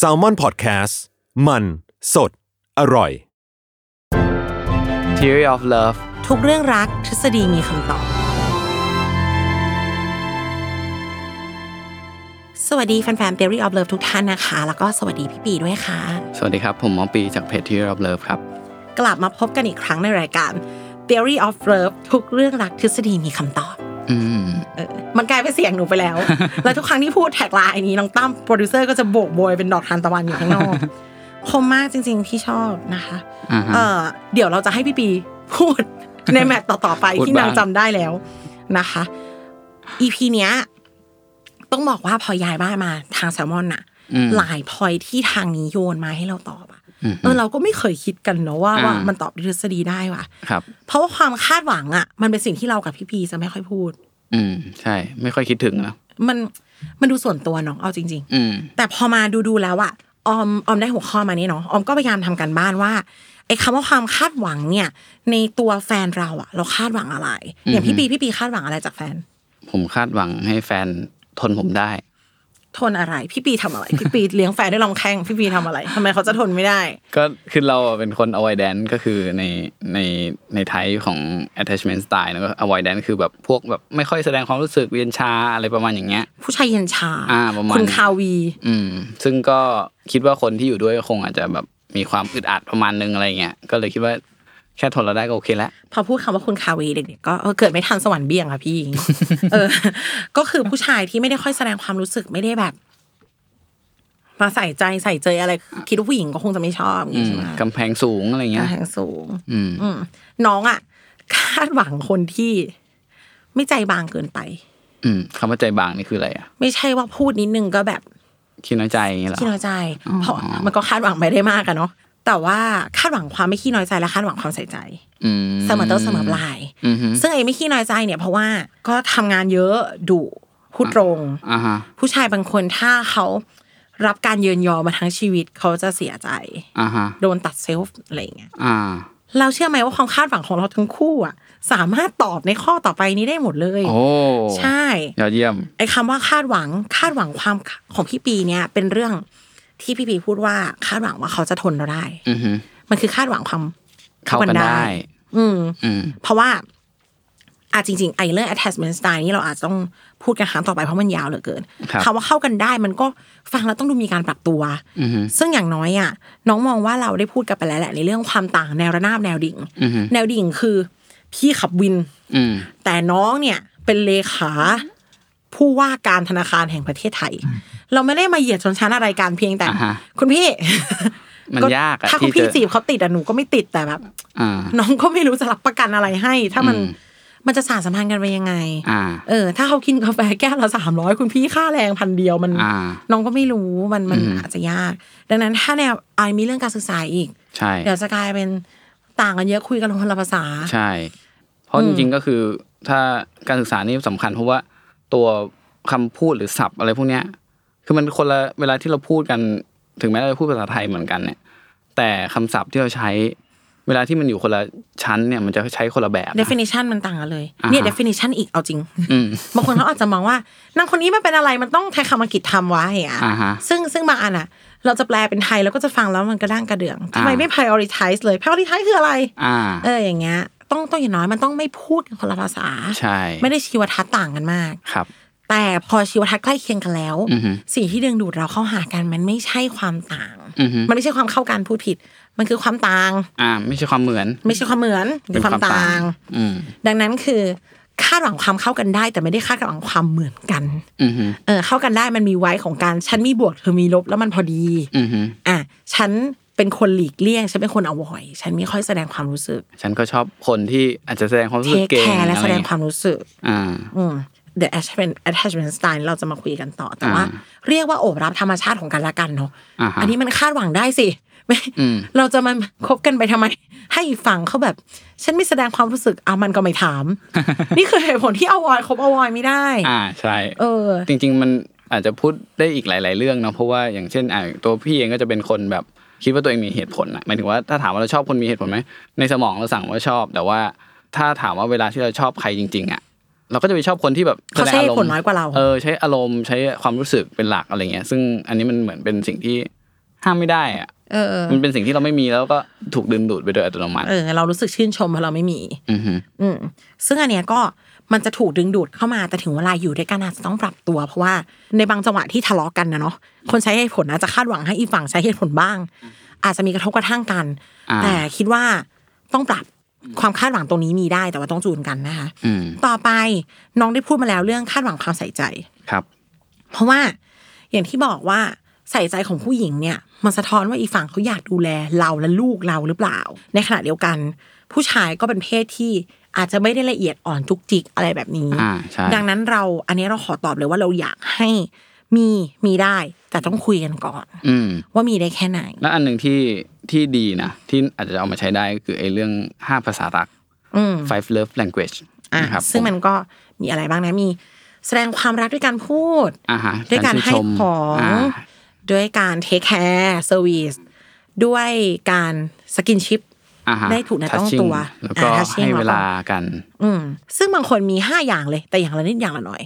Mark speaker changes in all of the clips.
Speaker 1: s a l m o n PODCAST มันสดอร่อย
Speaker 2: Theory of Love
Speaker 3: ทุกเรื่องรักทฤษฎีมีคำตอบ สวัสดีแฟนๆ Theory of Love ทุกท่านนะคะ แล้วก็สวัสดีพี่ปีด้วยค่ะ
Speaker 2: สวัสดีครับ ผมหมอปีจากเพจ Theory of Love ครับ
Speaker 3: กลับมาพบกันอีกครั้งในรายการ Theory of Love ทุกเรื่องรักทฤษฎีมีคำตอบ
Speaker 2: อืม
Speaker 3: เออมันกลายเป็นเสียงหนูไปแล้ว แล้วทุกครั้งที่พูดแท็กไลน์นี้น้องตั้มโปรดิวเซอร์ก็จะโบกโบยเป็นดอกทานตะวันอยู่ข้างนอก คมมากจริง ๆ ที่ชอบนะคะ
Speaker 2: อ่าฮะ
Speaker 3: เออเดี๋ยวเราจะให้พี่ปีพูด ในแมตต์ต่อ ๆ ไป
Speaker 2: พูด
Speaker 3: ที่นาง
Speaker 2: บ้าง
Speaker 3: จำได้แล้วนะคะ EP เนี้ย ต้องบอกว่าพอย้ายบ้านมาทางแซลมอนน่ะ
Speaker 2: อืม
Speaker 3: หลายพอยที่ทางนี้โยนมาให้เราตอบอะเออเราก็ไม่เคยคิดกันเนาะว่า
Speaker 2: อ่า
Speaker 3: ว่ามันตอบทฤษฎีได้ว่ะ
Speaker 2: ครับ
Speaker 3: เพราะว่าความคาดหวังอะมันเป็นสิ่งที่เรากับพี่ปีจะไม่ค่อยพูด
Speaker 2: อืม ใช่ ไม่ค่อยคิดถึงนะ
Speaker 3: มันมันดูส่วนตัวเนาะเอาจริง
Speaker 2: อืม
Speaker 3: ๆ แต่พอมาดูดูๆแล้วอะออมออมได้หัวข้อมานี่เนาะออมก็พยายามทำกันบ้านว่าไอ้คำว่าความคาดหวังเนี่ย ในตัวแฟนเราอะเราคาดหวังอะไร อย่างพี่ปีพี่ปีคาดหวังอะไรจากแฟน
Speaker 2: ผมคาดหวังให้แฟนทนผมได้
Speaker 3: ทนอะไร พี่ปีทำอะไร พี่ปีเลี้ยงแฟนด้วยลำแข้งพี่ปีทำอะไรทำไมเขาจะทนไม่ได้
Speaker 2: ก็คือเราเป็นคน avoidance ก็คือในในในไทป์ของ attachment style แล้วก็ avoidance คือแบบพวกแบบไม่ค่อยแสดงความรู้สึกเวียนชาอะไรประมาณอย่างเงี้ย
Speaker 3: ผู้ชายเย็นชา
Speaker 2: อ่าประมาณ
Speaker 3: คุณคาวี
Speaker 2: อืม ซึ่งก็คิดว่าคนที่อยู่ด้วยก็คงอาจจะแบบมีความอึดอัดประมาณนึงอะไรเงี้ย ก็เลยคิดว่าแค่ทนเราได้ก็โอเคแล้ว
Speaker 3: พอพูดคำว่าคุณคาวีเด็กๆก็เออเกิดไม่ทันสวรรค์เบี่ยงอะพี่ เออ ก็คือผู้ชายที่ไม่ได้ค่อยแสดงความรู้สึกไม่ได้แบบมาใส่ใจใส่ใจอะไร คิดว่าผู้หญิงก็คงจะไม่ชอบอย่าง
Speaker 2: อืม
Speaker 3: งี้ใช่ไหม
Speaker 2: กำแพงสูงอะไรเงี้ย
Speaker 3: กำแพงสูง
Speaker 2: อืม
Speaker 3: อืมน้องอะคาดหวังคนที่ไม่ใจบางเกินไป
Speaker 2: อืมคำว่าใจบางนี่คืออะไรอ่ะ
Speaker 3: ไม่ใช่ว่าพูดนิดนึงก็แบบ
Speaker 2: คิดน้อยใจอย่างเงี้ยเหรอ
Speaker 3: ขี้น้อยใจ เพราะมันก็คาดหวังไม่ได้มากอะเนาะ แต่ว่าคาดหวังความไม่ขี้น้อยใจและคาดหวังความใส่ใจ
Speaker 2: อืม
Speaker 3: เสมอต้นเสมอปลาย
Speaker 2: อือฮึ
Speaker 3: ซึ่งไอ้ไม่ขี้น้อยใจเนี่ยเพราะว่าก็ทำงานเยอะดุพูดตรง
Speaker 2: อ่าฮะ
Speaker 3: ผู้ชายบางคนถ้าเขารับการเยินยอมาทั้งชีวิตเขาจะเสียใจ
Speaker 2: อ่าฮะ
Speaker 3: โดนตัดเซลฟ์อะไรอย่างเงี้ย
Speaker 2: อ่า
Speaker 3: เราเชื่อไหมว่าความคาดหวังของเราทั้งคู่อะสามารถตอบในข้อต่อไปนี้ได้หมดเลย
Speaker 2: โอ้
Speaker 3: ใช่
Speaker 2: ยอดเยี่ยม
Speaker 3: ไอ้คำว่าคาดหวังคาดหวังความของพี่ปีเนี่ย เป็นเรื่องที่พี่ปีพูดว่าคาดหวังว่าเขาจะทนเราได้
Speaker 2: อือฮึ
Speaker 3: มันคือคาดหวังความ
Speaker 2: เข้ากันได้
Speaker 3: อืม
Speaker 2: อืม
Speaker 3: เพราะว่าอาจจริง ๆ ไอ้เรื่อง attachment style นี่เราอาจจะต้องพูดกันครั้งต่อไปเพราะมันยาวเหลือเกิน
Speaker 2: ครับ
Speaker 3: คำว่าเข้ากันได้มันก็ฟังแล้วต้องดูมีการปรับตัว
Speaker 2: อือฮึ
Speaker 3: ซึ่งอย่างน้อยอ่ะ น้องมองว่าเราได้พูดกันไปแล้วแหละในเรื่องความต่างแนวระนาบแนวดิ่ง
Speaker 2: อือฮึ
Speaker 3: แนวดิ่งคือ พี่ขับวิน
Speaker 2: อืม
Speaker 3: แต่น้องเนี่ยเป็นเลขาผู้ว่าการธนาคารแห่งประเทศไทย เราไม่ได้มาเหยียดชนชั้นอะไรกันเพียงแต่
Speaker 2: อ่าฮะ
Speaker 3: คุณพี่
Speaker 2: มัน
Speaker 3: ก็
Speaker 2: ยากอะ
Speaker 3: ถ้าคุณ
Speaker 2: ที่
Speaker 3: พี่
Speaker 2: จะ
Speaker 3: จีบเขาติดอะหนูก็ไม่ติดแต่แบบ
Speaker 2: อ่า
Speaker 3: น้องก็ไม่รู้จะรับประกันอะไรให้ ถ้ามัน
Speaker 2: อืม
Speaker 3: มันจะสานสัมพันธ์กันไปยังไง
Speaker 2: อ่า
Speaker 3: เออ ถ้าเขากินกาแฟแก้วละสามร้อยคุณพี่ค่าแรงพันเดียวมัน
Speaker 2: อ่า
Speaker 3: น้องก็ไม่รู้มันมัน
Speaker 2: อืม
Speaker 3: อาจจะยาก ดังนั้นถ้าแนวไอมีเรื่องการศึกษาอีก
Speaker 2: ใช่
Speaker 3: เดี๋ยวจะกลายเป็นต่างกันเยอะคุยกันคนละภาษา
Speaker 2: ใช่ เพราะจริงๆก็คือถ้าการศึกษานี่สำคัญ เพราะว่าตัวคำพูดหรือศัพท์อะไรพวกเนี้ย คือมันคนละเวลาที่เราพูดกันถึงแม้เราจะพูดภาษาไทยเหมือนกันเนี่ย แต่คำศัพท์ที่เราใช้ เวลาที่มันอยู่คนละชั้นเนี่ย มันจะใช้คนละแบบนะ
Speaker 3: definition มันต่างกันเลย
Speaker 2: อ่าฮะ
Speaker 3: เนี่ย definition อีกเอาจริง
Speaker 2: อืม
Speaker 3: บางคนเขาอาจจะมองว่านางคนนี้มันเป็นอะไรมันต้องใช้คำอังกฤษทำวะอย่างเงี้ย
Speaker 2: อ่าฮะ
Speaker 3: ซึ่งซึ่งบางอันอ่ะ เราจะแปลเป็นไทยแล้วก็จะฟังแล้วมันกระด้างกระเดื่องทำไม
Speaker 2: อ่า
Speaker 3: ไม่ prioritize เลย prioritize คืออะไร
Speaker 2: อ่า
Speaker 3: เอออย่างเงี้ยต้องต้องอย่างน้อยมันต้องไม่พูดกันคนละภาษา
Speaker 2: ใช่
Speaker 3: ไม่ได้ชีวทัศน์ต่างกันมาก
Speaker 2: ครับ
Speaker 3: แต่พอชีวทัศน์ใกล้เคียงกันแล้ว
Speaker 2: อือฮึ
Speaker 3: สิ่งที่ดึงดูดเราเข้าหากันมันไม่ใช่ความต่าง
Speaker 2: อือฮึ
Speaker 3: มันไม่ใช่ความเข้ากันพูดผิด มันคือความต่าง
Speaker 2: อ่า ไม่ใช่ความเหมือน
Speaker 3: ไม่ใช่ความเหมือนหรื
Speaker 2: เป็
Speaker 3: อน ความ
Speaker 2: ความต่าง
Speaker 3: ต่าง
Speaker 2: อืม
Speaker 3: ดังนั้นคือคาดหวังความเข้ากันได้ แต่ไม่ได้คาดหวังความเหมือนกัน
Speaker 2: อือฮึ
Speaker 3: เออเข้ากันได้มันมีไว้ของการฉันมีบวกเธอมีลบแล้วมันพอดี
Speaker 2: อือฮึ
Speaker 3: อ่ะฉันเป็นคนหลีกเลี่ยงฉันเป็นคนอวอยฉันไม่ค่อยแสดงความรู้สึก
Speaker 2: ฉันก็ชอบคนที่อาจจะแสดงความรู้สึ
Speaker 3: เท
Speaker 2: ก
Speaker 3: ค
Speaker 2: เก่ง
Speaker 3: แคร์และแสด
Speaker 2: อ
Speaker 3: ง
Speaker 2: ไเงี้ย
Speaker 3: ความรู้สึก
Speaker 2: อ่า
Speaker 3: อืม the attachment attachment style เราจะมาคุยกันต่อแต่ว่า
Speaker 2: อ่า
Speaker 3: เรียกว่าโอบรับธรรมชาติของกันและกันเนาะ
Speaker 2: อ่าฮะ
Speaker 3: อันนี้มันคาดหวังได้สิ ไม่
Speaker 2: อืม
Speaker 3: เราจะมาคบกันไปทำไม ให้อีกฝั่งเขาแบบ ฉันไม่แสดงความรู้สึกเอามันก็ไม่ ถาม นี่คือเหตุผลที่เอาวอยคบเอาวอยไม่ได้
Speaker 2: อ่าใช่
Speaker 3: เออ
Speaker 2: จริง ๆ มันอาจจะพูดได้อีกหลาย ๆ เรื่องเนาะเพราะว่าอย่างเช่นอ่าตัวพี่เองก็จะเป็นคนแบบคิดว่าตัวเองมีเหตุผลนะหมายถึงว่าถ้าถามว่าเราชอบคนมีเหตุผลไหมในสมองเราสั่งว่าชอบ แต่ว่าถ้าถามว่าเวลาที่เราชอบใครจริง ๆอ่ะเราก็จะไปชอบคนที่แบบ
Speaker 3: เขา
Speaker 2: แสด
Speaker 3: ใช้
Speaker 2: ง
Speaker 3: เหตุผลน้อยกว่าเรา
Speaker 2: เออใช้อารมณ์ใช้ความรู้สึกเป็นหลักอะไรเงี้ย ซึ่งอันนี้มันเหมือนเป็นสิ่งที่ห้ามไม่ได้อ่ะ
Speaker 3: เออ
Speaker 2: มันเป็นสิ่งที่เราไม่มีแล้วก็ถูกดึงดูดไปโดยอัตโนมัติ
Speaker 3: เออ เรารู้สึกชื่นชมเพราะเราไม่มี
Speaker 2: อือฮึ
Speaker 3: อืมซึ่งอันเนี้ยก็มันจะถูกดึงดูดเข้ามาแต่ถึงเวลาอยู่ด้วยกันอาจจะต้องปรับตัว เพราะว่าในบางจังหวะที่ทะเลาะกันนะเนาะคนใช้เหตุผลอาจจะคาดหวังให้อีกฝั่งใช้เหตุผลบ้าง อาจจะมีกระทบกระทั่งกัน
Speaker 2: อ่า
Speaker 3: แต่คิดว่าต้องปรับความคาดหวังตรงนี้มีได้แต่ว่าต้องจูนกันนะคะ
Speaker 2: อืม
Speaker 3: ต่อไปน้องได้พูดมาแล้วเรื่องคาดหวังความใส่ใจ
Speaker 2: ครับ
Speaker 3: เพราะว่าอย่างที่บอกว่าใส่ใจของผู้หญิงเนี่ย มันสะท้อนว่าอีกฝั่งเขาอยากดูแลเราและลูกเราหรือเปล่า ในขณะเดียวกัน ผู้ชายก็เป็นเพศที่อาจจะไม่ได้ละเอียดอ่อนจุกจิกอะไรแบบนี้
Speaker 2: อ่าใช่
Speaker 3: ดังนั้นเราอันนี้เราขอตอบเลยว่าเราอยากให้มีมีได้ แต่ต้องคุยกันก่อน
Speaker 2: อืม
Speaker 3: ว่ามีได้แค่ไหน
Speaker 2: แล้วอันหนึ่งที่ที่ดีนะ ที่อาจจะเอามาใช้ได้ก็คือไอ้เรื่อง 5 ภาษารัก
Speaker 3: อืม
Speaker 2: five love language
Speaker 3: อ่ะ
Speaker 2: นะครับ
Speaker 3: ซึ่งมัน
Speaker 2: ผ
Speaker 3: ก็มีอะไรบ้างนะมี แสดงความรักด้วยการพูด
Speaker 2: อ่าฮะ
Speaker 3: ด้วยการให้
Speaker 2: ชื่นชม
Speaker 3: ของ
Speaker 2: อ่า
Speaker 3: ด้วยการเทคแคร์เซอร์วิสด้วยการสกินชิพ
Speaker 2: อ่าฮะ
Speaker 3: ได้ถูกนะต้อง
Speaker 2: touching
Speaker 3: ตัว
Speaker 2: แล้วก็
Speaker 3: อ่า touching
Speaker 2: ให้เวลา
Speaker 3: แล้วก็
Speaker 2: กัน
Speaker 3: อืมซึ่งบางคนมีห้าอย่างเลย แต่อย่างละนิดอย่างละหน่อย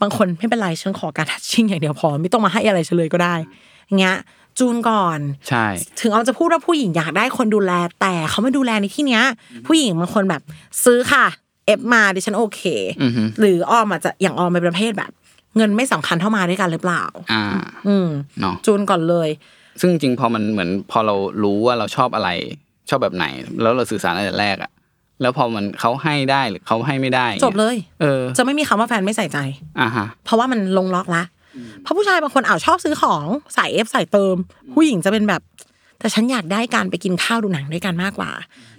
Speaker 3: บางคนไม่เป็นไรฉันขอการทัชชิ่งอย่างเดียวพอ ไม่ต้องมาให้อะไรฉันเลยก็ได้อย่างเงี้ยจูนก่อน
Speaker 2: ใช่
Speaker 3: ถึงเราจะพูดว่าผู้หญิงอยากได้คนดูแล แต่เขาไม่ดูแลในที่เนี้ย ผู้หญิงบางคนแบบซื้อค่ะ เอฟมาดิฉันโอเค
Speaker 2: อือฮึ
Speaker 3: หรือออมอาจจะอย่างออมเป็นประเภทแบบ เงินไม่สำคัญเท่ามาด้วยกันหรือเปล่า
Speaker 2: อ่า
Speaker 3: อืม
Speaker 2: เนาะ
Speaker 3: จูนก่อนเลย
Speaker 2: ซึ่งจริงๆพอมันเหมือนพอเรารู้ว่าเราชอบอะไรชอบแบบไหน แล้วเราสื่อสารตั้งแต่แรกอะแล้วพอมันเขาให้ได้หรือเขาให้ไม่ได้
Speaker 3: จบเลย
Speaker 2: เออ
Speaker 3: จะไม่มีคำว่าแฟนไม่ใส่ใจ
Speaker 2: อ่าฮะ
Speaker 3: เพราะว่ามันลงล็อกละ เพราะผู้ชายบางคนอ้าวชอบซื้อของใส่เอฟใส่เติม ผู้หญิงจะเป็นแบบ แต่ฉันอยากได้การไปกินข้าวดูหนังด้วยกันมากกว่า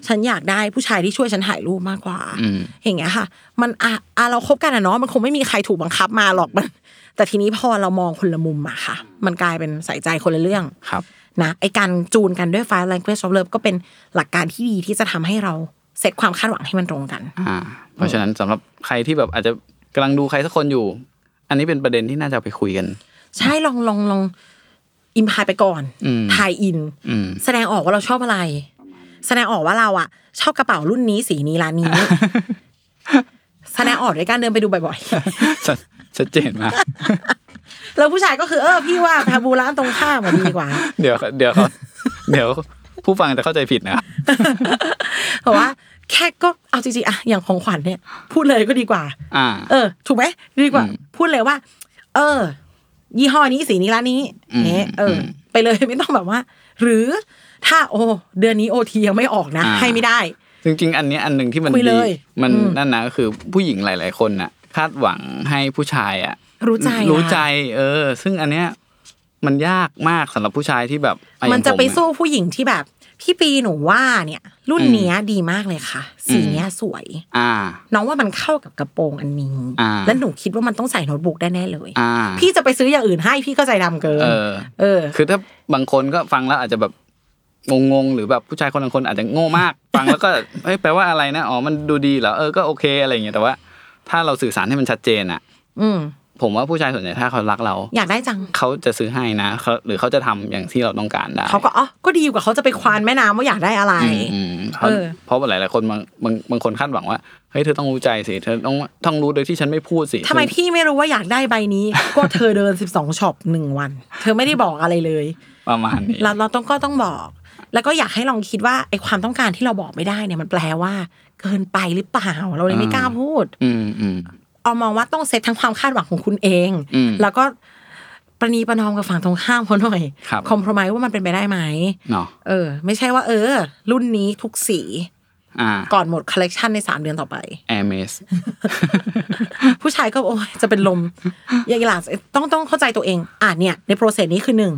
Speaker 3: ฉันอยากได้ผู้ชายที่ช่วยฉันถ่ายรูปมากกว่า
Speaker 2: อืม
Speaker 3: อย่างเงี้ยค่ะ มันอ่ะอ่ะเราคบกันอะเนาะมันคงไม่มีใครถูกบังคับมาหรอกมัน แต่ทีนี้พอเรามองคนละมุมอะค่ะ มันกลายเป็นใส่ใจคนละเรื่อง
Speaker 2: ครับ
Speaker 3: นะไอการจูนกันด้วย five language of love ก็เป็นหลักการที่ดีที่จะทำให้เราเซตความคาดหวังให้มันตรงกัน
Speaker 2: อ่า เพราะฉะนั้นสำหรับใครที่แบบอาจจะกำลังดูใครสักคนอยู่ อันนี้เป็นประเด็นที่น่าจะเอาไปคุยกัน
Speaker 3: ใช่ลองลองลองอิมพายไปก่อน
Speaker 2: อืม
Speaker 3: ทายอิน
Speaker 2: อื ม
Speaker 3: แสดงออกว่าเราชอบอะไร แสดงออกว่าเราอะชอบกระเป๋ารุ่นนี้สีนี้ร้านนี้ แสดงออกด้วยการเดินไปดูบ่อย
Speaker 2: ชัดชัดเจนมาก
Speaker 3: ๆ แล้วผู้ชายก็คือเออพี่ว่าทาบูร้านตรงข้ามมันดีกว่า
Speaker 2: เดี๋ยวเดี๋ยวเขาเดี๋ยวผู้ฟังจะเข้าใจผิดนะ
Speaker 3: เพราะว่า แค่ก็เอาจริงๆอะอย่างของขวัญเนี่ย พูดเลยก็ดีกว่า
Speaker 2: อ่า
Speaker 3: เออ ถูกไหมดีกว่า
Speaker 2: อืม
Speaker 3: พูดเลยว่า เออ ยี่ห้อนี้สีนี้ร้านนี้
Speaker 2: อืม
Speaker 3: เนี้ยเอออ
Speaker 2: ม
Speaker 3: ไปเลย ไม่ต้องแบบว่า หรือถ้าโอ้เดือนนี้โอทียังไม่ออกนะ
Speaker 2: อ่า
Speaker 3: ให้ไม่ได้
Speaker 2: จริงๆ อันเนี้ยอันหนึ่งที่มัน
Speaker 3: คุยเล
Speaker 2: ดี
Speaker 3: ย
Speaker 2: มัน
Speaker 3: อืม
Speaker 2: นั่นนะก็คือผู้หญิงหลาย ๆ คนน่ะ คาดหวังให้ผู้ชายอ่ะ
Speaker 3: รู้ใจนะ
Speaker 2: รู้ใจ เออ ซึ่งอันเนี้ยมันยากมากสำหรับผู้ชายที่แบบอ่
Speaker 3: มัน
Speaker 2: อ
Speaker 3: จะ
Speaker 2: ย่างผ
Speaker 3: ไป
Speaker 2: อ
Speaker 3: สู้ผู้หญิงที่แบบ พี่ปีหนูว่าเนี่ย รุ่น
Speaker 2: อืม
Speaker 3: เนี้ยดีมากเลยค่ะ สี
Speaker 2: อืม
Speaker 3: เนี้ยสวย
Speaker 2: อ่า
Speaker 3: น้องว่ามันเข้ากับกระโปรงอันนี้
Speaker 2: อ่า
Speaker 3: และหนูคิดว่ามันต้องใส่โน้ตบุ๊กได้แน่เลย
Speaker 2: อ่า
Speaker 3: พี่จะไปซื้ออย่างอื่นให้พี่ก็ใจดำเกิน
Speaker 2: เออ
Speaker 3: เออ
Speaker 2: คือถ้าบางคนก็ฟังแล้วอาจจะแบบงงๆหรือแบบผู้ชายคนบางคนอาจจะโง่มาก ฟังแล้วก็เอ้ยแปลว่าอะไรนะอ๋อมันดูดีเหรอเออก็โอเคอะไรอย่างเงี้ยแต่ว่า ถ้าเราสื่อสารให้มันชัดเจนอ่ะ
Speaker 3: อืม
Speaker 2: ผมว่าผู้ชายส่วนใหญ่ถ้าเขารักเรา
Speaker 3: อยากได้จัง
Speaker 2: เขาจะซื้อให้นะเขาหรือเขาจะทำอย่างที่เราต้องการได้
Speaker 3: เขาก็อ๋อก็ดีกว่าเขาจะไปควานแม่น้ำว่าอยากได้อะไร
Speaker 2: อืมอืมเขา
Speaker 3: เออ
Speaker 2: เพราะหลายๆคนบางบางบางคนคาดหวังว่าเฮ้ยเธอต้องรู้ใจสิเธอต้องต้องรู้โดยที่ฉันไม่พูดสิ
Speaker 3: ทำไมพี่ไม่รู้ว่าอยากได้ใบนี้ ก็เธอเดิน 12ช็อปหนึ่งวัน เธอไม่ได้บอกอะไรเลย
Speaker 2: ประมาณนี้
Speaker 3: เราเราต้องก็ต้องบอก แล้วก็อยากให้ลองคิดว่าไอความต้องการที่เราบอกไม่ได้เนี่ยมันแปลว่า เกินไปหรือเปล่าเราเลยไม่กล้าพูด
Speaker 2: อืมอืม
Speaker 3: เอามองว่าต้องเซตทั้งความคาดหวังของคุณเอง
Speaker 2: อืม
Speaker 3: แล้วก็ประนีประนอมกับฝั่งตรงข้ามเขาหน่อย
Speaker 2: ครับ
Speaker 3: คอมเพลมไมว่ามันเป็นไปได้ไหม
Speaker 2: เนาะ
Speaker 3: เออ ไม่ใช่ว่าเออ รุ่นนี้ทุกสี
Speaker 2: อ่า
Speaker 3: ก่อนหมดคอลเลกชันในสามเดือนต่อไป
Speaker 2: แอร์เมส
Speaker 3: ผู้ชายก็โอ้ยจะเป็นลม อย่างหลังต้องต้องเข้าใจตัวเอง อ่ะเนี่ยในโปรเซสนี้คือหนึ่ง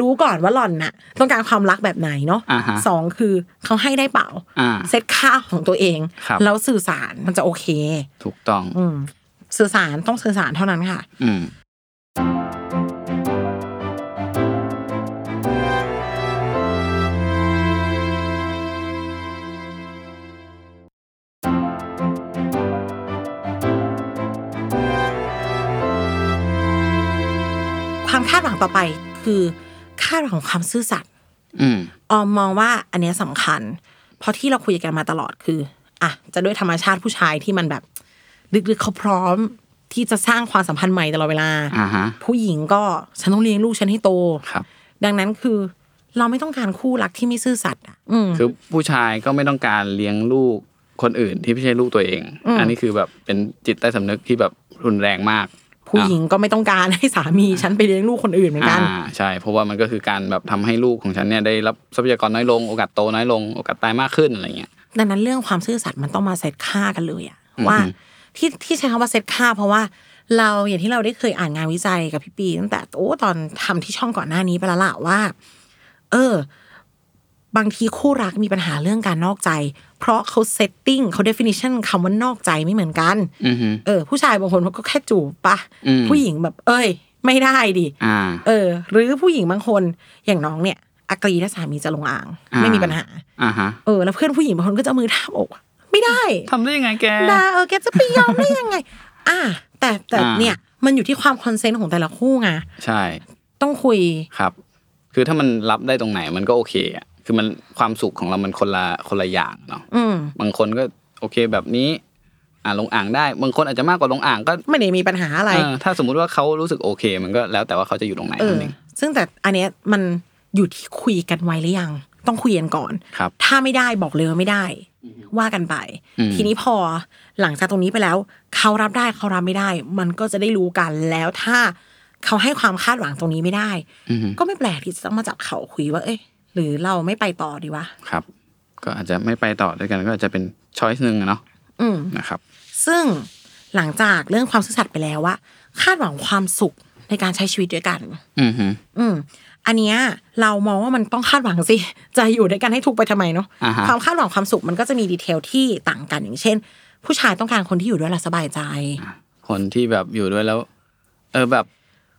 Speaker 3: รู้ก่อนว่าหล่อนน่ะ ต้องการความรักแบบไหนเนาะ
Speaker 2: อ่าฮะ
Speaker 3: สองคือเขาให้ได้เปล่า
Speaker 2: อ่า
Speaker 3: เซตค่าของตัวเอง
Speaker 2: ครับ
Speaker 3: แล้วสื่อสารมันจะโอเค
Speaker 2: ถูกต้อง
Speaker 3: อืม สื่อสารต้องสื่อสารเท่านั้นค่ะ
Speaker 2: อืม
Speaker 3: ความคาดหวังต่อไปคือคาดหวังของความซื่อสัตย์
Speaker 2: อืม
Speaker 3: ออมมองว่าอันเนี้ยสำคัญ เพราะที่เราคุยกันมาตลอดคืออ่ะจะด้วยธรรมชาติผู้ชายที่มันแบบลึกๆเขาพร้อม ที่จะสร้างความสัมพันธ์ใหม่ตลอดเวลา
Speaker 2: อ่าฮะ
Speaker 3: ผู้หญิงก็ฉันต้องเลี้ยงลูกฉันให้โต
Speaker 2: ครับ
Speaker 3: ดังนั้นคือเราไม่ต้องการคู่รักที่ไม่ซื่อสัตย์อ่ะอืม
Speaker 2: คือผู้ชายก็ไม่ต้องการเลี้ยงลูกคนอื่นที่ไม่ใช่ลูกตัวเอง
Speaker 3: อืม
Speaker 2: อันนี้คือแบบเป็นจิตใต้สำนึกที่แบบรุนแรงมาก
Speaker 3: ผู้หญิงก็ไม่ต้องการให้สามีฉันไปเลี้ยงลูกคนอื่นเหมือนกัน
Speaker 2: อ่าใช่ เพราะว่ามันก็คือการแบบทำให้ลูกของฉันเนี่ยได้รับทรัพยากรน้อยลง โอกาสโตน้อยลง โอกาสตายมากขึ้นอะไรเงี้ย
Speaker 3: ดังนั้นเรื่องความซื่อสัตย์มันต้องมาเซตค่ากันเลยอะ
Speaker 2: อืม
Speaker 3: ว่า
Speaker 2: อืม
Speaker 3: ที่ที่ใช้คำว่าเซตค่า เพราะว่าเราอย่างที่เราได้เคยอ่านงานวิจัยกับพี่ปีตั้งแต่โอ้ตอนทำที่ช่องก่อนหน้านี้ไปและละว่า เออ บางทีคู่รักมีปัญหาเรื่องการนอกใจ เพราะเขาเซตติ้งเขา definition คำว่านอกใจไม่เหมือนกัน
Speaker 2: อือฮึ
Speaker 3: เออ ผู้ชายบางคนเขาก็แค่จูบปะ
Speaker 2: อืม
Speaker 3: ผู้หญิงแบบ เอ้ย ไม่ได้ดิ
Speaker 2: อ่า
Speaker 3: เออ หรือผู้หญิงบางคนอย่างน้องเนี่ยอากรีถ้าสามีจะลงอ่าง ไม่มีปัญหา
Speaker 2: อ่าฮะ
Speaker 3: เออแล้วเพื่อนผู้หญิงบางคนก็จะเอามือทาบอกอะไม่ได้
Speaker 2: ทำได้ยังไงแก
Speaker 3: นะเออแกจะไปยอมได้ยังไง อ่า แต่แต่
Speaker 2: อ่า
Speaker 3: เนี่ย มันอยู่ที่ความคอนเซนต์ของแต่ละคู่ไง
Speaker 2: ใช่
Speaker 3: ต้องคุย
Speaker 2: ครับ คือถ้ามันรับได้ตรงไหนมันก็โอเคอ่ะ คือมันความสุขของเรามันคนละคนละอย่างเนาะ
Speaker 3: อืม
Speaker 2: บางคนก็โอเคแบบนี้ อ่าลงอ่างได้ บางคนอาจจะมากกว่าลงอ่างก็
Speaker 3: ไม่ได้มีปัญหาอะไร
Speaker 2: เออถ้าสมมุติว่าเขารู้สึกโอเค มันก็แล้วแต่ว่าเขาจะอยู่ตรงไหน
Speaker 3: เออ
Speaker 2: นั่นเอง
Speaker 3: ซึ่งแต่อันเนี้ยมันอยู่ที่คุยกันไว้หรือยัง ต้องคุยกันก่อน
Speaker 2: ครับ
Speaker 3: ถ้าไม่ได้บอกเลยว่าไม่ได้ ว่ากันไป
Speaker 2: อืม
Speaker 3: ทีนี้พอหลังจากตรงนี้ไปแล้ว เขารับได้เขารับไม่ได้ มันก็จะได้รู้กันแล้วถ้าเขาให้ความคาดหวังตรงนี้ไม่ได้
Speaker 2: อือฮึ
Speaker 3: ก็ไม่แปลกที่จะต้องมาจับเขาคุยว่า เอ้ยหรือเราไม่ไปต่อดีวะ
Speaker 2: ครับ ก็อาจจะไม่ไปต่อด้วยกันก็อาจจะเป็นช้อยส์หนึ่งอะเนาะ
Speaker 3: อืม
Speaker 2: นะครับ
Speaker 3: ซึ่งหลังจากเรื่องความซื่อสัตย์ไปแล้วว่า คาดหวังความสุขในการใช้ชีวิตด้วยกัน
Speaker 2: อือฮึ
Speaker 3: อืม อันเนี้ยเรามองว่ามันต้องคาดหวังสิ จะอยู่ด้วยกันให้ทุกข์ไปทำไมเนาะ
Speaker 2: อ่าฮะ
Speaker 3: ความคาดหวังความสุขมันก็จะมีดีเทลที่ต่างกันอย่างเช่น ผู้ชายต้องการคนที่อยู่ด้วยแล้วสบายใจ
Speaker 2: คนที่แบบอยู่ด้วยแล้ว เออแบบ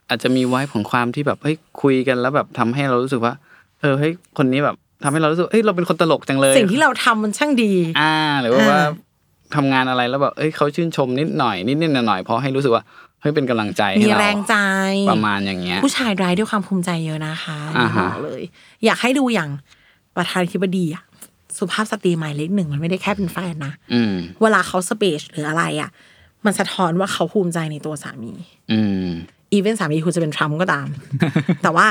Speaker 2: อาจจะมีไว้ของความที่แบบเฮ้ยคุยกันแล้วแบบทำให้เรารู้สึกว่า เออเฮ้ยคนนี้แบบทำให้เรารู้สึกเฮ้ยเราเป็นคนตลกจังเลย
Speaker 3: สิ่งที่เราทำมันช่างดี
Speaker 2: อ่าหรือว่า
Speaker 3: อ่า
Speaker 2: ว่าทำงานอะไรแล้วแบบเอ้ยเขาชื่นชมนิดหน่อยนิดนิดหน่อยหน่อยๆเพราะให้รู้สึกว่าเฮ้ยเป็นกำลังใจ
Speaker 3: มี
Speaker 2: ให้เรา
Speaker 3: แรงใจ
Speaker 2: ประมาณอย่างเงี้ย
Speaker 3: ผู้ชายร้ายด้วยความภูมิใจเยอะนะคะ
Speaker 2: อ่าฮะ
Speaker 3: บอกเลย อยากให้ดูอย่างประธานาธิบดีอะสุภาพสตรีหมายเลขหนึ่งมันไม่ได้แค่เป็นแฟนนะ
Speaker 2: อืม
Speaker 3: เวลาเขาสเปซหรืออะไรอะมันสะท้อนว่าเขาภูมิใจในตัวสามี
Speaker 2: อืม
Speaker 3: อีเวนสามีคุณจะเป็นทรัมป์ก็ตาม แต่ว่า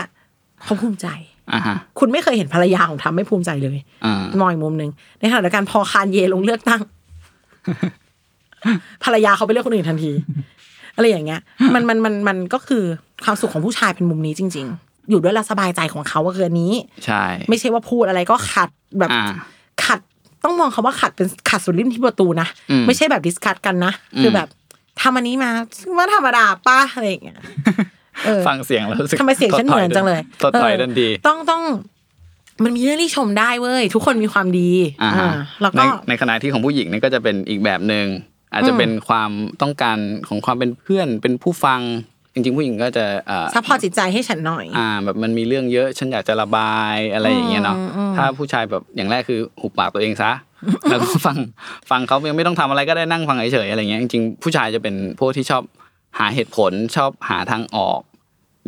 Speaker 3: เขาภูมิใจ
Speaker 2: อ่าฮะ
Speaker 3: คุณไม่เคยเห็นภรรยาของทรัมป์ไม่ภูมิใจเลย
Speaker 2: อ่าม
Speaker 3: องอีกมุมหนึ่งในขณะเดียวกันพอคานเยลงเลือก ตั้ง ภรรยาเขาไปเลือกคนอื่นทันที อะไรอย่างเงี้ย มันมันมันมันก็คือความสุขของผู้ชายเป็นมุมนี้จริง ๆ อยู่ด้วยและสบายใจของเขาว่าคืออันนี้
Speaker 2: ใช่
Speaker 3: ไม่ใช่ว่าพูดอะไรก็ขัดแบบ
Speaker 2: อ่า
Speaker 3: ขัดต้องมองคาว่าขัดเป็นขัดสุดริมที่ประตูนะ
Speaker 2: อืม
Speaker 3: ไม่ใช่แบบดิสคัตกันนะคือแบบทำอันนี้มาซึ่งว่าธรรมดาป้าอะไรอย่างเงี้ยเออ
Speaker 2: ฟังเสียงแล้วรู้สึก
Speaker 3: ทำไมเสียงฉันเหมือนจังเลย
Speaker 2: ถดถอย
Speaker 3: เออ
Speaker 2: ทันที
Speaker 3: ต้องต้อง มันมีเรื่องที่ชมได้เว้ย ทุกคนมีความดี
Speaker 2: อ่าฮะ
Speaker 3: อ่าแล้ว
Speaker 2: ใน
Speaker 3: ก็
Speaker 2: ในขณะที่ของผู้หญิงเนี่ยก็จะเป็นอีกแบบหนึ่งอาจจะ
Speaker 3: อืม
Speaker 2: เป็นความต้องการของความเป็นเพื่อนเป็นผู้ฟัง จริง ๆ ผู้หญิงก็จะอ่า
Speaker 3: ซัพพอร์ตจิตใจให้ฉันหน่อย
Speaker 2: อ่าแบบมันมีเรื่องเยอะฉันอยากจะระบายอะไรอย่างเงี้ยเนาะถ้าผู้ชายแบบอย่างแรกคือหุบปากตัวเองซะ แล้วก็ฟังฟังเขายังไม่ต้องทำอะไรก็ได้นั่งฟังเฉยๆอะไรเงี้ยจริงๆผู้ชายจะเป็นพวกที่ชอบหาเหตุผลชอบหาทางออก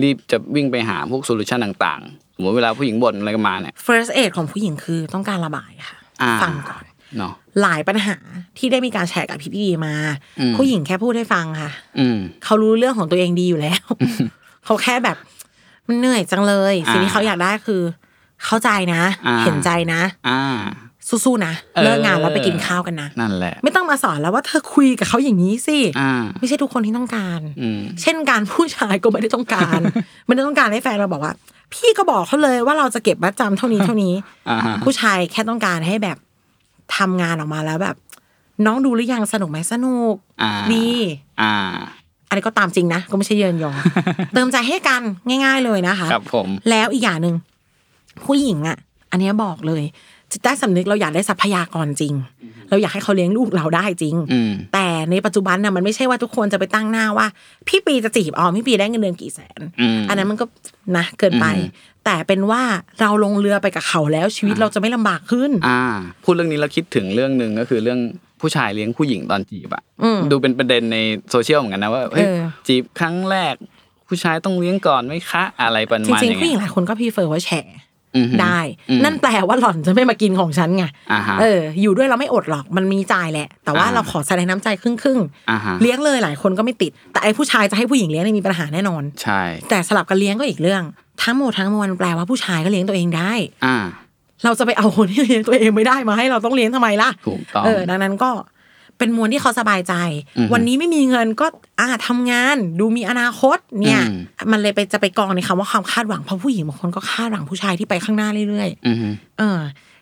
Speaker 2: รีบจะวิ่งไปหาพวกโซลูชันต่างๆ สมมติเวลาผู้หญิงบ่นอะไรกันมาเนี่ย
Speaker 3: first aid ของผู้หญิงคือต้องการระบายค่ะ
Speaker 2: อ่า
Speaker 3: ฟังก่อน
Speaker 2: เนาะ
Speaker 3: หลายปัญหาที่ได้มีการแชร์กับพี่พีมา
Speaker 2: อืม
Speaker 3: ผู้หญิงแค่พูดให้ฟังค่ะ
Speaker 2: อืม
Speaker 3: เขารู้เรื่องของตัวเองดีอยู่แล้ว เขาแค่แบบ มันเหนื่อยจังเลย
Speaker 2: อ่า
Speaker 3: สิ่งที่เขาอยากได้คือ เข้าใจนะ
Speaker 2: อ่า
Speaker 3: เห็นใจนะ
Speaker 2: อ่า
Speaker 3: สู้ๆนะ
Speaker 2: เออ
Speaker 3: เลิกงานแล้วไปกินข้าวกันนะ
Speaker 2: นั่นแหละ
Speaker 3: ไม่ต้องมาสอนแล้วว่าเธอคุยกับเขาอย่างนี้สิ
Speaker 2: อ่า
Speaker 3: ไม่ใช่ทุกคนที่ต้องการ
Speaker 2: อืม
Speaker 3: เช่นการผู้ชายก็ไม่ได้ต้องการ ไม่ได้ต้องการให้แฟนเราบอกว่า พี่ก็บอกเขาเลยว่าเราจะเก็บมัดจำเท่านี้เท่านี้
Speaker 2: อ่าฮะ
Speaker 3: ผู้ชายแค่ต้องการให้แบบทำงานออกมาแล้วแบบ น้องดูหรือยังสนุกไหมสนุก
Speaker 2: อ่า
Speaker 3: ดี
Speaker 2: อ่า
Speaker 3: อันนี้ก็ตามจริงนะก็ไม่ใช่เยินยอ เติมใจให้กันง่าย ๆเลยนะคะ
Speaker 2: ครับผม
Speaker 3: แล้วอีกอย่างหนึ่งผู้หญิงอ่ะ อันเนี้ยบอกเลย จิตใต้สำนึกเราอยากได้ทรัพยากรจริง เราอยากให้เขาเลี้ยงลูกเราได้จริง
Speaker 2: อืม
Speaker 3: แต่ในปัจจุบันน่ะมันไม่ใช่ว่าทุกคนจะไปตั้งหน้าว่า พี่ปีจะจีบออมพี่ปีได้เงินเดือนกี่แสน
Speaker 2: อืม
Speaker 3: อันนั้นมันก็นะเกินไป
Speaker 2: อืม
Speaker 3: แต่เป็นว่าเราลงเรือไปกับเขาแล้วชีวิตเราจะไม่ลำบากขึ้น
Speaker 2: อ่า พูดเรื่องนี้แล้วคิดถึงเรื่องหนึ่งก็คือเรื่องผู้ชายเลี้ยงผู้หญิงตอนจีบอะ
Speaker 3: อืม
Speaker 2: ดูเป็นประเด็นในโซเชียลเหมือนกันนะว่าเฮ้ย
Speaker 3: เออ
Speaker 2: จีบครั้งแรก ผู้ชายต้องเลี้ยงก่อนไหมคะ อะไรประ
Speaker 3: จ
Speaker 2: มาณ
Speaker 3: ริง
Speaker 2: อย่าง
Speaker 3: ๆผู้หญิ
Speaker 2: เงี้ย
Speaker 3: งหลายคนก็พรีเฟอร์ว่าแฉ
Speaker 2: อือฮึ
Speaker 3: ได้
Speaker 2: อืม
Speaker 3: นั่นแปลว่าหล่อนจะไม่มากินของฉันไง
Speaker 2: อ่าฮะ
Speaker 3: เออ อยู่ด้วยเราไม่อดหรอกมันมีจ่ายแหละ แต่ว่า
Speaker 2: อ่า
Speaker 3: เราขอแสดงน้ำใจครึ่งครึ่งๆ
Speaker 2: อ่าฮะ
Speaker 3: เลี้ยงเลยหลายคนก็ไม่ติด แต่ไอ้ผู้ชายจะให้ผู้หญิงเลี้ยงเนี่ยมีปัญหาแน่นอน
Speaker 2: ใช่
Speaker 3: แต่สลับกันเลี้ยงก็อีกเรื่อง ทั้งหมดทั้งมวลแปลว่าผู้ชายก็เลี้ยงตัวเองได้
Speaker 2: อ่า
Speaker 3: เราจะไปเอาคนที่เลี้ยงตัวเองไม่ได้มาให้เราต้องเลี้ยงทำไมล่ะ
Speaker 2: ถูกต้อง
Speaker 3: เออ ดังนั้นก็เป็นมวลที่เขาสบายใจ
Speaker 2: อือฮึ
Speaker 3: วันนี้ไม่มีเงินก็อ่าทำงานดูมีอนาคตเนี่ย
Speaker 2: อืม
Speaker 3: มันเลยไปจะไปกองในคำว่าความคาดหวังเพราะผู้หญิงบางคนก็คาดหวังผู้ชายที่ไปข้างหน้าเรื่อย
Speaker 2: อือฮึ
Speaker 3: ๆ เออ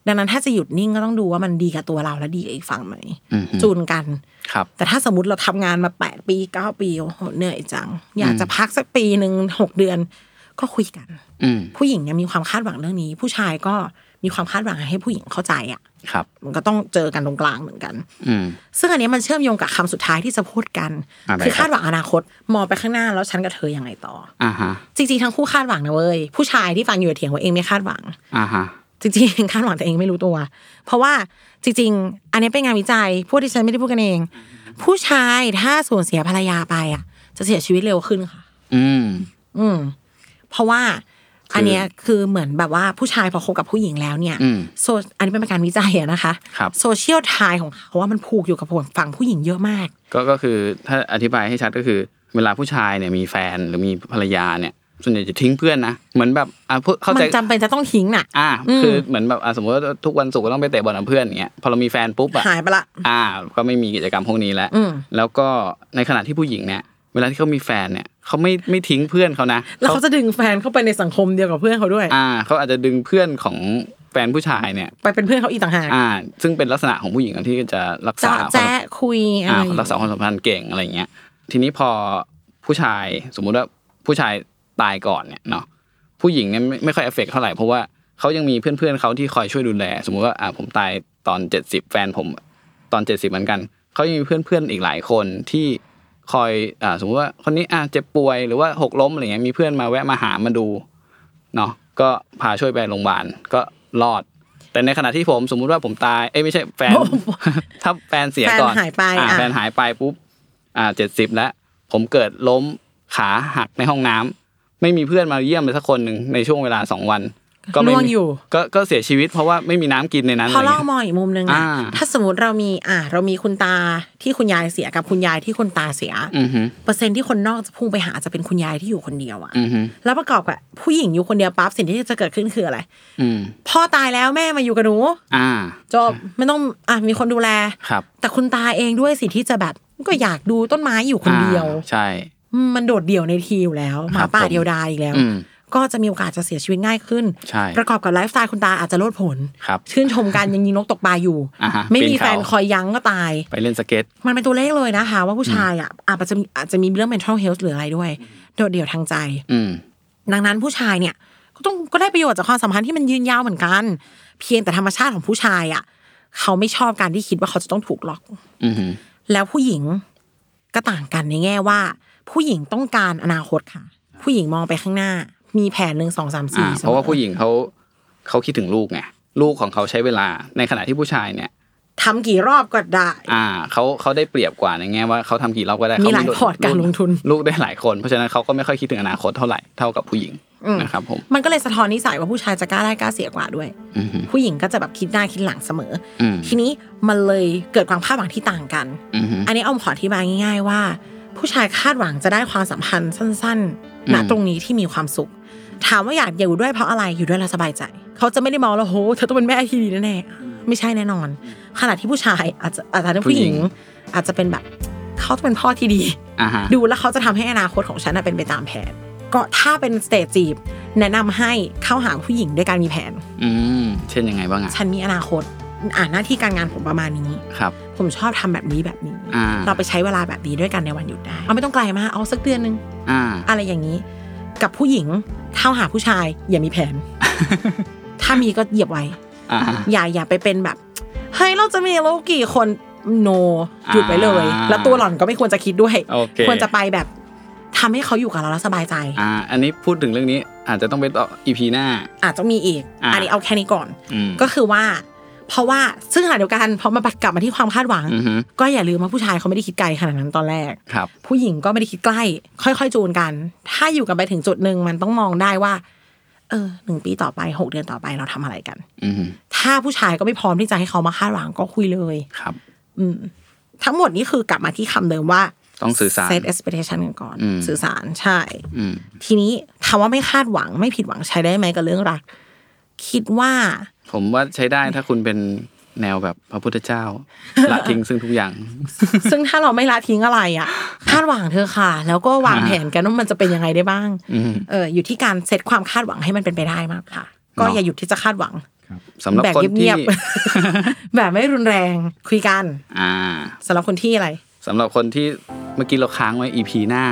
Speaker 3: ดังนั้นถ้าจะหยุดนิ่งก็ต้องดูว่ามันดีกับตัวเราและดีกับอีกฝั่งไหม
Speaker 2: อือฮึ
Speaker 3: จูนกัน
Speaker 2: ครับ
Speaker 3: แต่ถ้าสมมติเราทำงานมาแปดปีเก้าปีโอ้โหเหนื่อยจัง อยากจะพักสักปีหนึ่งหกเดือน ก็คุยกัน
Speaker 2: อืม
Speaker 3: ผู้หญิงเนี่ยมีความคาดหวังเรื่องนี้ ผู้ชายก็มีความคาดหวังให้ผู้หญิงเข้าใจอ่ะ
Speaker 2: ครับ
Speaker 3: มันก็ต้องเจอกันตรงกลางเหมือนกัน
Speaker 2: อืม
Speaker 3: ซึ่งอันเนี้ยมันเชื่อมโยงกับคำสุดท้ายที่จะพูดกัน
Speaker 2: อะไร
Speaker 3: คือ
Speaker 2: ครับ
Speaker 3: คาดหวังอนาคตมองไปข้างหน้าแล้วฉันกับเธอยังไงต่อ
Speaker 2: อ่าฮะ
Speaker 3: จริงๆทั้งคู่คาดหวังนะเว้ยผู้ชายที่ฟังอยู่เถียงว่าเองไม่คาดหวัง
Speaker 2: อ่าฮะ
Speaker 3: จริงๆ คาดหวังแต่เองไม่รู้ตัว เพราะว่าจริง ๆ อันเนี้ยเป็นงานวิจัยพวกที่ฉันไม่ได้พูดกันเอง ผู้ชายถ้าสูญเสียภรรยาไปอ่ะ จะเสียชีวิตเร็วขึ้นค่ะ
Speaker 2: อืม
Speaker 3: อืม เพราะว่า
Speaker 2: คืออั
Speaker 3: อันเนี้ยคือเหมือนแบบว่าผู้ชายพอคบกับผู้หญิงแล้วเนี่ย
Speaker 2: อืม
Speaker 3: โซอันนี้เป็นการวิจัยอะนะคะ
Speaker 2: ครับ
Speaker 3: โซเชียลไทยของเขาว่ามันผูกอยู่กับฝั่งผู้หญิงเยอะมาก
Speaker 2: ก็ก็คือถ้าอธิบายให้ชัดก็คือ เวลาผู้ชายเนี่ยมีแฟนหรือมีภรรยาเนี่ย ส่วนใหญ่จะทิ้งเพื่อนนะ เหมือนแบบอ่ะพวกเข้า
Speaker 3: มั
Speaker 2: ใจ
Speaker 3: นจำเป็นจะต้องทิ้งน่ะ
Speaker 2: อ่า
Speaker 3: อืม
Speaker 2: คือเหมือนแบบอ่ะสมมติว่าทุกวันศุกร์ก็ต้องไปเตะบอลกับเพื่อนอย่างเงี้ย พอเรามีแฟนปุ๊บอ่ะ
Speaker 3: หายไปละ
Speaker 2: อ่า ก็ไม่มีกิจกรรมพวกนี้แล้ว
Speaker 3: อืม
Speaker 2: แล้วก็ในขณะที่ผู้หญิงเนี่ย เวลาที่เขามีแฟนเนี่ยเขาไม่ไม่ทิ้งเพื่อนเขานะ
Speaker 3: แล้วเขาจะดึงแฟนเข้าไปในสังคมเดียวกับเพื่อนเขาด้วย
Speaker 2: อ่าเขาอาจจะดึงเพื่อนของแฟนผู้ชายเนี่ย
Speaker 3: ไปเป็นเพื่อนเขาอีกต่างหาก
Speaker 2: อ่า ซึ่งเป็นลักษณะของผู้หญิงที่จะรัก
Speaker 3: จะ
Speaker 2: ษา
Speaker 3: แจ๊ะคุยอะ
Speaker 2: อ่า
Speaker 3: ไร
Speaker 2: รักษาความสัมพันธ์เก่งอะไรอย่างเงี้ย ทีนี้พอผู้ชายสมมุติว่าผู้ชายตายก่อนเนี่ยเนาะผู้หญิงเนี่ยไม่ไม่ค่อยเอฟเฟกเท่าไหร่เพราะว่าเขายังมีเพื่อนๆเขาที่คอยช่วยดูแล สมมุติว่าอ่าผมตายตอนเจ็ดสิบแฟนผมตอนเจ็ดสิบเหมือนกันเขายังมีเพื่อนๆอีกหลายคนที่คอยอ่าสมมติว่าคนนี้อ่าเจ็บป่วยหรือว่าหกล้มอะไรเงี้ยมีเพื่อนมาแวะมาหามาดูเนาะก็พาช่วยไปโรงพยาบาลก็รอด แต่ในขณะที่ผมสมมุติว่าผมตายเอ้ยไม่ใช่แฟน ถ้าแฟนเสีย
Speaker 3: แฟน
Speaker 2: ก่อน
Speaker 3: หายไป
Speaker 2: อ่า
Speaker 3: อ่ะ
Speaker 2: แฟนหายไปปุ๊บ อ่าเจ็ดสิบแล้ว ผมเกิดล้มขาหักในห้องน้ำไม่มีเพื่อนมาเยี่ยมเลยสักคนหนึ่งในช่วงเวลาสองวัน ก็ไม่
Speaker 3: ล่วง
Speaker 2: มี
Speaker 3: อยู่
Speaker 2: ก็ก็เสียชีวิตเพราะว่าไม่มีน้ำกินในนั้น
Speaker 3: พอเล่า
Speaker 2: อะไร
Speaker 3: ม
Speaker 2: เงี้ย
Speaker 3: องอีกมุมหนึ่งอะ
Speaker 2: อ่า
Speaker 3: ถ้าสมมติเรามีอ่ะเรามีคุณตาที่คุณยายเสียกับคุณยายที่คุณตาเสีย
Speaker 2: อือฮึ
Speaker 3: เปอร์เซ็นต์ที่คนนอกจะพุ่งไปหาจะเป็นคุณยายที่อยู่คนเดียวอะ
Speaker 2: อือฮึ
Speaker 3: แล้วประกอบกับผู้หญิงอยู่คนเดียวปั๊บสิ่งที่จะเกิดขึ้นคืออะไร
Speaker 2: อืม
Speaker 3: พ่อตายแล้วแม่มาอยู่กับหนู
Speaker 2: อ่า
Speaker 3: จบไม่ต้องอ่ะมีคนดูแล
Speaker 2: ครับ
Speaker 3: แต่คุณตาเองด้วยสิที่จะแบบก็อยากดูต้นไม้อยู่คนเดียว
Speaker 2: อ่าใช่
Speaker 3: อืมมันโดดเดี่ยวในทีอยู่แล้ว หมาป่า
Speaker 2: ผม
Speaker 3: เดียวดายอีกแล้ว
Speaker 2: อืม
Speaker 3: ก็จะมีโอกาสจะเสียชีวิตง่ายขึ้น
Speaker 2: ใช่
Speaker 3: ประกอบกับไลฟ์สไตล์คุณตาอาจจะลดผล
Speaker 2: ครับ
Speaker 3: ชื่นชมการยังยิงนกตกปลาอยู่
Speaker 2: อ่าฮะ
Speaker 3: ไม่มี
Speaker 2: ปีนเขา
Speaker 3: แฟนคอยยั้งก็ตาย
Speaker 2: ไปเล่นสเก็ต
Speaker 3: มันเป็นตัวเลขเลยนะคะ ว่าผู้ชายอ่ะอาจจะมีอาจจะมีเรื่อง mental health หรืออะไรด้วย โดดเดี่ยวทางใจ
Speaker 2: อืม
Speaker 3: ดังนั้นผู้ชายเนี่ยก็ต้องก็ได้ประโยชน์จากความสัมพันธ์ที่มันยืนยาวเหมือนกัน เพียงแต่ธรรมชาติของผู้ชายอ่ะเขาไม่ชอบการที่คิดว่าเขาจะต้องถูกล็อก
Speaker 2: อือฮึ
Speaker 3: แล้วผู้หญิงก็ต่างกันในแง่ว่า ผู้หญิงต้องการอนาคตค่ะ ผู้หญิงมองไปข้างหน้า มีแผนหนึ่งสองสาม
Speaker 2: อ่า
Speaker 3: สี่
Speaker 2: เพราะว่าผู้หญิงเขาเขาคิดถึงลูกไงลูกของเขาใช้เวลา ในขณะที่ผู้ชายเนี่ย
Speaker 3: ทำกี่รอบก็ได้
Speaker 2: อ่าเขาเขาได้เปรียบกว่าในแง่ว่าเขาทำกี่รอบก็ได้เข
Speaker 3: มีหลาย
Speaker 2: ลู
Speaker 3: พอร์ตการลงทุน
Speaker 2: ลูกได้หลายคนเพราะฉะนั้นเขาก็ไม่ค่อยคิดถึงอนาคตเท่าไหร่เท่ากับผู้หญิง
Speaker 3: อืม
Speaker 2: นะครับผม
Speaker 3: มันก็เลยสะท้อนนิสัยว่าผู้ชายจะกล้าได้กล้าเสียกว่าด้วย
Speaker 2: อืมฮึ
Speaker 3: ผู้หญิงก็จะแบบคิดหน้าคิดหลังเสมอ
Speaker 2: อืม
Speaker 3: ทีนี้มันเลยเกิดความคาดหวังที่ต่างกัน
Speaker 2: อืมฮึ
Speaker 3: อันนี้ออมขออธิบายง่ายๆว่า ผู้ชายคาดหวังจะได้ความสัมพันธ์สั้น
Speaker 2: อืม
Speaker 3: ๆณตรงนี้ที่มีความสุข ถามว่าอยากอยู่ด้วยเพราะอะไรอยู่ด้วยแล้วสบายใจ เขาจะไม่ได้มองแล้วโหเธอต้องเป็นแม่ที่ดีแน่ๆไม่ใช่แน่นอน ขณะที่ผู้ชายอาจจะอาจจะเป็นผู้หญิง อาจจะเป็นแบบเขาจะเป็นพ่อที่ดี
Speaker 2: อ่าฮะ
Speaker 3: ดูแล้วเขาจะทำให้อนาคตของฉันน่ะเป็นไปตามแผน ก็ถ้าเป็นสเตจจีบแนะนำให้เข้าหาผู้หญิงด้วยการมีแผน
Speaker 2: อืมเช่นยังไงบ้างอ่ะ
Speaker 3: ฉันมีอนาคตอ่านหน้าที่การงานผมประมาณนี้
Speaker 2: ครับ
Speaker 3: ผมชอบทำแบบนี้แบบนี้
Speaker 2: อ่า
Speaker 3: เราไปใช้เวลาแบบนี้ด้วยกันในวันหยุดได้ เอาไม่ต้องไกลมาก เอาสักเดือนนึง
Speaker 2: อ่า
Speaker 3: อะไรอย่างนี้ กับผู้หญิงเข้าหาผู้ชายอย่ามีแผน ถ้ามีก็เหยียบไว้
Speaker 2: อ่าฮะ
Speaker 3: อย่าอย่าไปเป็นแบบเฮ้ยเราจะมีลูกกี่คนโนหยุดไว้เลย
Speaker 2: อ่า
Speaker 3: แล้วตัวหล่อนก็ไม่ควรจะคิดด้วย
Speaker 2: โอเค
Speaker 3: ควรจะไปแบบทำให้เขาอยู่กับเราแล้วสบายใจ
Speaker 2: อ่า อันนี้พูดถึงเรื่องนี้อาจจะต้องไปต่ออีพีหน้า
Speaker 3: อาจจะมีอีก
Speaker 2: อ่า
Speaker 3: อันนี้เอาแค่นี้ก่อน
Speaker 2: อืม
Speaker 3: ก็คือว่า เพราะว่าซึ่งขณะเดียวกันพอมาบัดกลับมาที่ความคาดหวัง
Speaker 2: อือฮึ
Speaker 3: ก็อย่าลืมว่าผู้ชายเขาไม่ได้คิดไกลขนาดนั้นตอนแรก
Speaker 2: ครับ
Speaker 3: ผู้หญิงก็ไม่ได้คิดใกล้ ค่อยๆจูนกัน ถ้าอยู่กันไปถึงจุดหนึ่งมันต้องมองได้ว่า เออหนึ่งปีต่อไปหกเดือนต่อไปเราทำอะไรกัน
Speaker 2: อืม
Speaker 3: ถ้าผู้ชายก็ไม่พร้อมที่จะให้เขามาคาดหวังก็คุยเลย
Speaker 2: ครับ
Speaker 3: อืม ทั้งหมดนี้คือกลับมาที่คำเดิมว่า
Speaker 2: ต้องสื่อสาร
Speaker 3: set expectation กันก่อน
Speaker 2: อืม
Speaker 3: สื่อสารใช่
Speaker 2: อืม
Speaker 3: ทีนี้ถามว่าไม่คาดหวังไม่ผิดหวังใช้ได้ไหมกับเรื่องรัก คิดว่า
Speaker 2: ผมว่าใช้ได้ถ้าคุณเป็นแนวแบบพระพุทธเจ้า ละทิ้งซึ่งทุกอย่าง
Speaker 3: ซึ่งถ้าเราไม่ละทิ้งอะไร อ่ะ คาดหวังเธอะค่ะ แล้วก็วางแผนกันว่ามันจะเป็นยังไงได้บ้าง
Speaker 2: อืม
Speaker 3: เอออยู่ที่การเซตความคาดหวังให้มันเป็นไปได้มากค่ะ ก็
Speaker 2: เนาะ
Speaker 3: อย่าหยุดที่จะคาดหวัง
Speaker 2: สำหรับ
Speaker 3: แบบ
Speaker 2: คนที่
Speaker 3: เงียบๆ แบบไม่รุนแรงคุยกัน
Speaker 2: อ่า
Speaker 3: สำหรับคนที่อะไร
Speaker 2: สำหรับคนที่เมื่อกี้เราค้างไว้ EP หน้า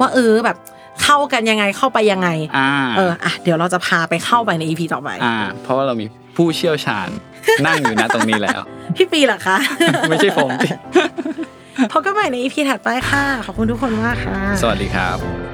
Speaker 3: ว่าเออแบบเข้ากันยังไงเข้าไปยังไง
Speaker 2: อ่า
Speaker 3: เอออ่ะเดี๋ยวเราจะพาไปเข้าไปในอีพีต่อไป
Speaker 2: อ่า เพราะว่าเรามีผู้เชี่ยวชาญ นั่งอยู่นะตรงนี้แล้ว
Speaker 3: พี่ปีเหรอคะ
Speaker 2: ไม่ใช่ผมสิ
Speaker 3: พบกันใหม่ในอีพีถัดไปค่ะ ขอบคุณทุกคนมากค่ะ
Speaker 2: สวัสดีครับ